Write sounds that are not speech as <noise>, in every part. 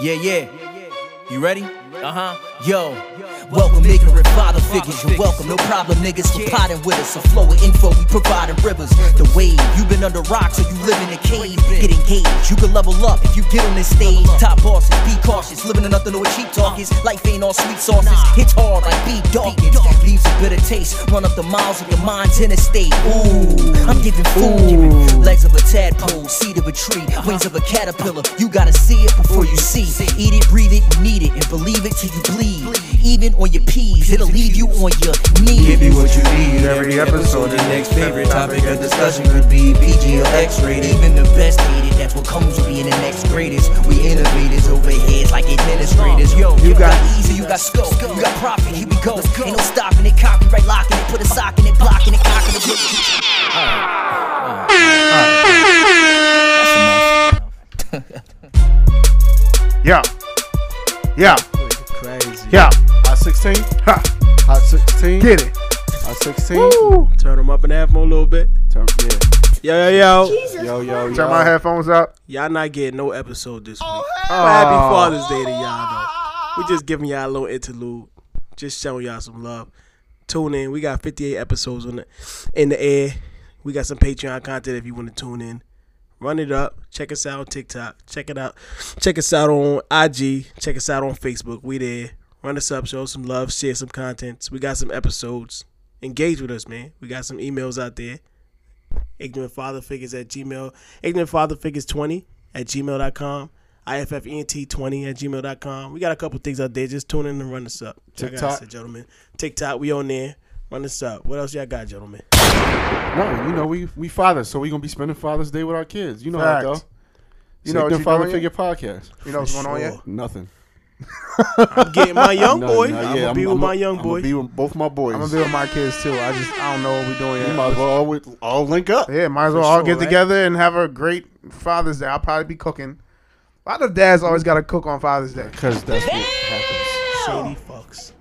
Yeah, yeah. You ready? Uh huh. Yo. Welcome ignorant father figures, you're welcome, no problem niggas for potting with us. A flow of info, we providing rivers. The wave, you been under rocks or you live in a cave. Get engaged, you can level up if you get on this stage. Top bosses, be cautious, living in nothing or cheap talk is. Life ain't all sweet sauces, hits hard like beat Dawkins. Leaves a bitter taste, run up the miles of your mind's interstate. Ooh, I'm giving food. Legs of a tadpole, seed of a tree, wings of a caterpillar. You gotta see it before you see. Eat it, breathe it, you need it, and believe it till you bleed. Even on your peas, it'll leave you on your knees. Give you what you need every episode. The next favorite topic of discussion could be PG or X rated. Even the best hated, that's what comes with being the next greatest. We innovators over heads like Uh, administrators. Yo, you got, easy, you got scope, you got profit. Here we go. Ain't no stopping it, copyright locking it, put a sock in it, blocking it, cocking it. Yeah. Yeah. Crazy. Yeah. Hot 16. Ha. Hot 16. Get it. Hot 16. Turn them up and half them a little bit. Turn, yeah. Yo, yo, yo. yo, yo, yo. Turn my headphones up. Y'all not getting no episode this week. But happy Father's Day to y'all, though. We just giving y'all a little interlude. Just showing y'all some love. Tune in. We got 58 episodes on the, in the air. We got some Patreon content if you want to tune in. Run it up. Check us out on TikTok. Check it out. Check us out on IG. Check us out on Facebook. We there. Run us up. Show us some love. Share some contents. We got some episodes. Engage with us, man. We got some emails out there. Ignorant Father Figures at Gmail. Ignorant Father Figures 20 at gmail.com. IFFENT20 at gmail.com. We got a couple things out there. Just tune in and run us up. Check us TikTok. out, gentlemen. TikTok, we on there. Run us up. What else y'all got, gentlemen? No, you know we we fathers, so we gonna be spending Father's Day with our kids. You know Facts. how it go. You You know know what the you father doing figure podcast. You know what's going on Sure. yet? Nothing. I'm getting <laughs> my young No, boy. no, I'm yeah, gonna be with my young I'ma boy. be with both my boys. I'm gonna be with my kids too. I just I don't know what we're doing we yet. might as well all, with- all link up. Yeah, might as well For all sure, get right? together and have a great Father's Day. I'll probably be cooking. A lot of dads always got to cook on Father's Day. Because that's what happens. Shady fucks.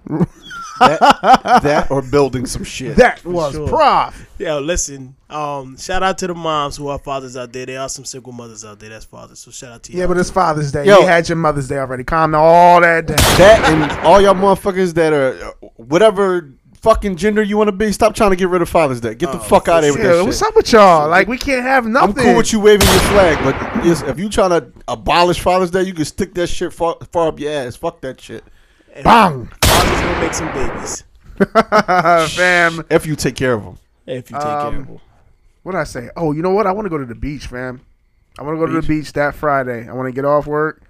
That, that or building some shit. That was sure. prof. Yo, listen. Um, shout out to the moms who are fathers out there. There are some single mothers out there. That's fathers. So shout out to you. Yeah, but it's Father's Day. Yo. You had your Mother's Day already. Calm down all that down. that and all y'all motherfuckers that are uh, whatever fucking gender you want to be, stop trying to get rid of Father's Day. Get the Uh, fuck out of here with Yeah, that what's shit. up with y'all? Like we can't have nothing. I'm cool with you waving your flag, but yes, if you trying to abolish Father's Day, you can stick that shit far, far up your ass. Fuck that shit. Bang, fathers gonna make some babies Uh, fam. If you take care of them. if you take care Um, of them. What did I say? Oh, you know what? I want to go to the beach, fam. I want to go to the beach that Friday. I want to get off work.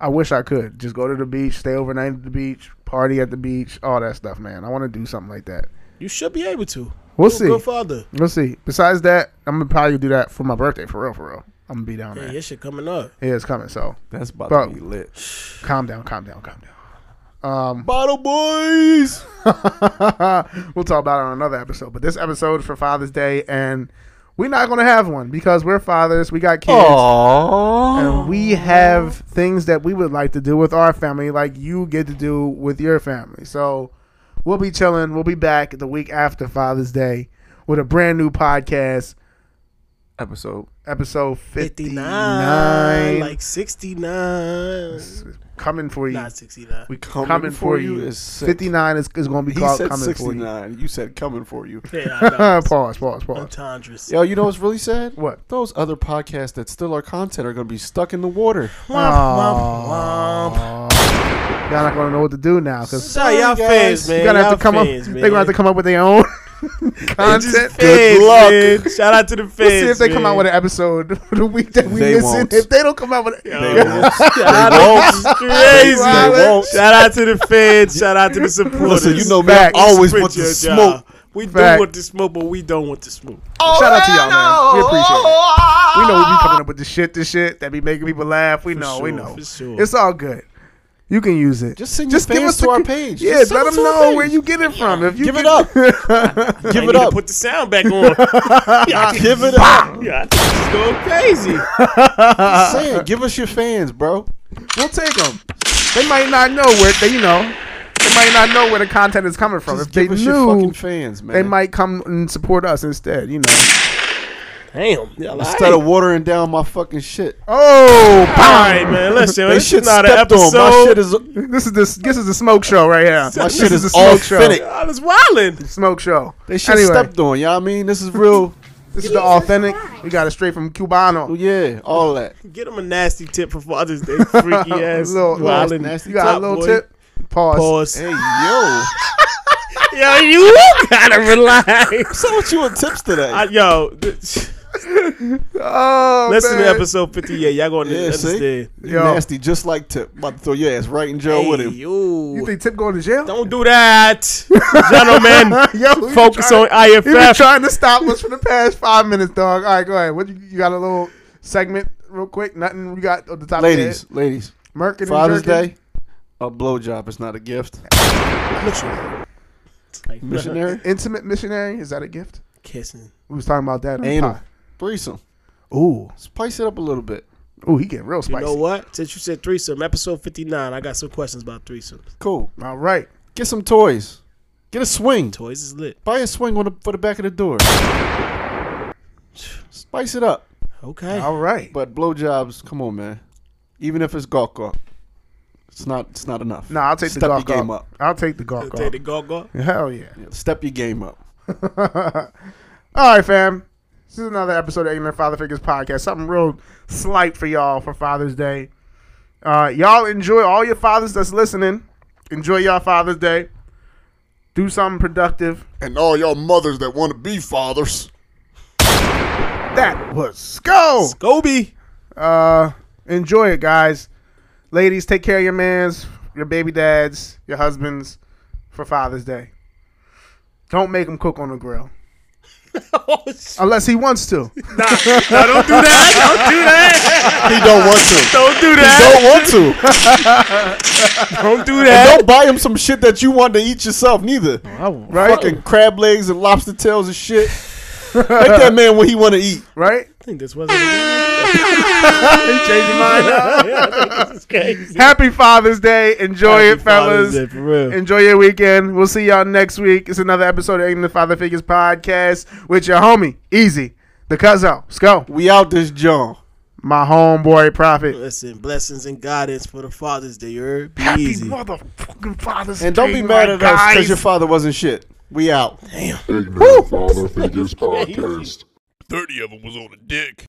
I wish I could just go to the beach, stay overnight at the beach, party at the beach, all that stuff, man. I want to do something like that. You should be able to. You're We'll a see. Good father. We'll see. Besides that, I'm gonna probably do that for my birthday, for real, for real. I'm gonna be down Yeah, there. your shit coming up. Yeah, it's coming. So That's about Bro. to be lit. calm down, calm down, calm down. <laughs> Bottle boys. Ah, we'll talk about it on another episode. But this episode is for Father's Day, and we're not gonna have one because we're fathers. We got kids. Aww. Oh. And we have things that we would like to do with our family, like you get to do with your family. So we'll be chilling. We'll be back the week after Father's Day with a brand new podcast Episode. episode 59. 59 Like 69. coming for you Not 69. we Coming for for you you is sick. 59 is, is going to be He called said coming for 69. You said coming for you. Yeah, I <laughs> know. you <laughs> pause pause pause Entendres. Yo, you know what's really sad? What? Those other podcasts that still are content are going to be stuck in the <laughs> water. Womp, womp, womp. y'all not going to know what to do now because Shout out y'all guys. fans, man. they're going to have Y'all to come fans, up man. they're going to have to come up with <laughs> their own content Fans, Good luck. man. Shout out to the fans. We'll see if they come man. out with an episode <laughs> for the week that we They missing. won't. If they don't come out with it, They won't. Shout out to crazy. They won't. Shout out to the fans. Shout out to the supporters. Listen, you know me. I Facts. always Spread want the your smoke. job. We Fact. do want the smoke, but we don't want the smoke. shout out to y'all, man. We appreciate it. We know we be coming up with the shit, the shit that be making people laugh. We know, we sure, know. for sure. It's all good. You can use it. Just send your fans to the- our page. Yeah, Just send let them them to our know page. where you get it from. If you <laughs> Give it get- up. I Give need it to up. Put the sound back <laughs> on. yeah, Give it <laughs> up. yeah, I think it's going crazy. <laughs> I'm <laughs> saying, give us your fans, bro. we'll take them. They might not know where they, you know, they might not know where the content is coming from. Just if they give us your fucking knew, fans, man. they might come and support us instead. You know, Damn. Yeah, like, Instead of watering down my fucking shit. Oh, all pow. right, man. <laughs> Listen, They this shit is not stepped an episode. on. My shit is This is this. This is the smoke show right here. my This is shit is the smoke authentic. show. I was wildin'. Smoke show. they shit Anyway. stepped on. You know what I mean? This is <laughs> real. This is the authentic. We got it straight from Cubano. yeah, all that. Get him a nasty tip for Father's <laughs> Day. Freaky ass. Uh, Little- wildin'. nasty You got a top little boy. tip. Pause. Pause. Hey yo, <laughs> Yo, you gotta <laughs> relax. so what you in tips today? I, yo, th- <laughs> Oh, listen to man. episode 58. Y'all gonna Yeah, see? understand. You Yo. nasty, just like Tip. About to throw your ass right in jail with Hey, him. yo. You think Tip going to jail? Don't do that, <laughs> gentlemen. <laughs> Yo, he been Focus trying- on IFF. You've been trying to stop us for the past five minutes, dog. All right, go ahead. What you, you got a little segment real quick? Nothing we got on the top Ladies, of ladies, your head? Merkin Father's jerking? Day, a blowjob is not a <laughs> gift. Like, <laughs> Missionary, Intimate missionary? Is that a gift? kissing. We was talking about that. on the anal, pod. threesome. Ooh. Spice it up a little bit. Ooh, he getting real You spicy. know what? Since you said threesome, episode 59, I got some questions about threesomes. Cool. All right. Get some toys. Get a swing. Toys is lit. Buy a swing on the, for the back of the door. Spice it up. Okay. All right. But blowjobs, come on, man. Even if it's golf golf, it's not. It's not enough. Nah, I'll take Step the your golf game golf. up. I'll take the golf Take golf. the go-go. Hell yeah. Yeah, Step your game up. All right, fam. This is another episode of Ignorant Father Figures podcast. Something real slight for y'all for Father's Day. Uh, y'all enjoy all your fathers that's listening. Enjoy y'all Father's Day. Do something productive. And all y'all mothers that want to be fathers. That was Sko. Scobie. Uh, enjoy it, guys. Ladies, take care of your mans, your baby dads, your husbands for Father's Day. Don't make him cook on <laughs> the grill Oh, unless he wants to. He don't want to. Don't do He that. don't want to. Don't do And that. don't buy him some shit that you want to eat yourself, neither. Oh, Right? Fucking crab legs and lobster tails and shit. Make that man what he want to eat. Right? I think this was <laughs> yeah, Change your mind. I think this is crazy. Happy Father's Day. Enjoy Happy it, Father's fellas. Day, for real. Enjoy your weekend. We'll see y'all next week. It's another episode of Aiming the Father Figures podcast with your homie, Easy, the Cuzzo. Let's go. We out this John. My homeboy, Prophet. Listen, blessings and guidance for the Father's Day. You heard? Be Happy easy. motherfucking Father's Day. And don't be mad my at us because guys. your father wasn't shit. We out. Ignorant Father Figures Podcast. 30 of them was on the dick.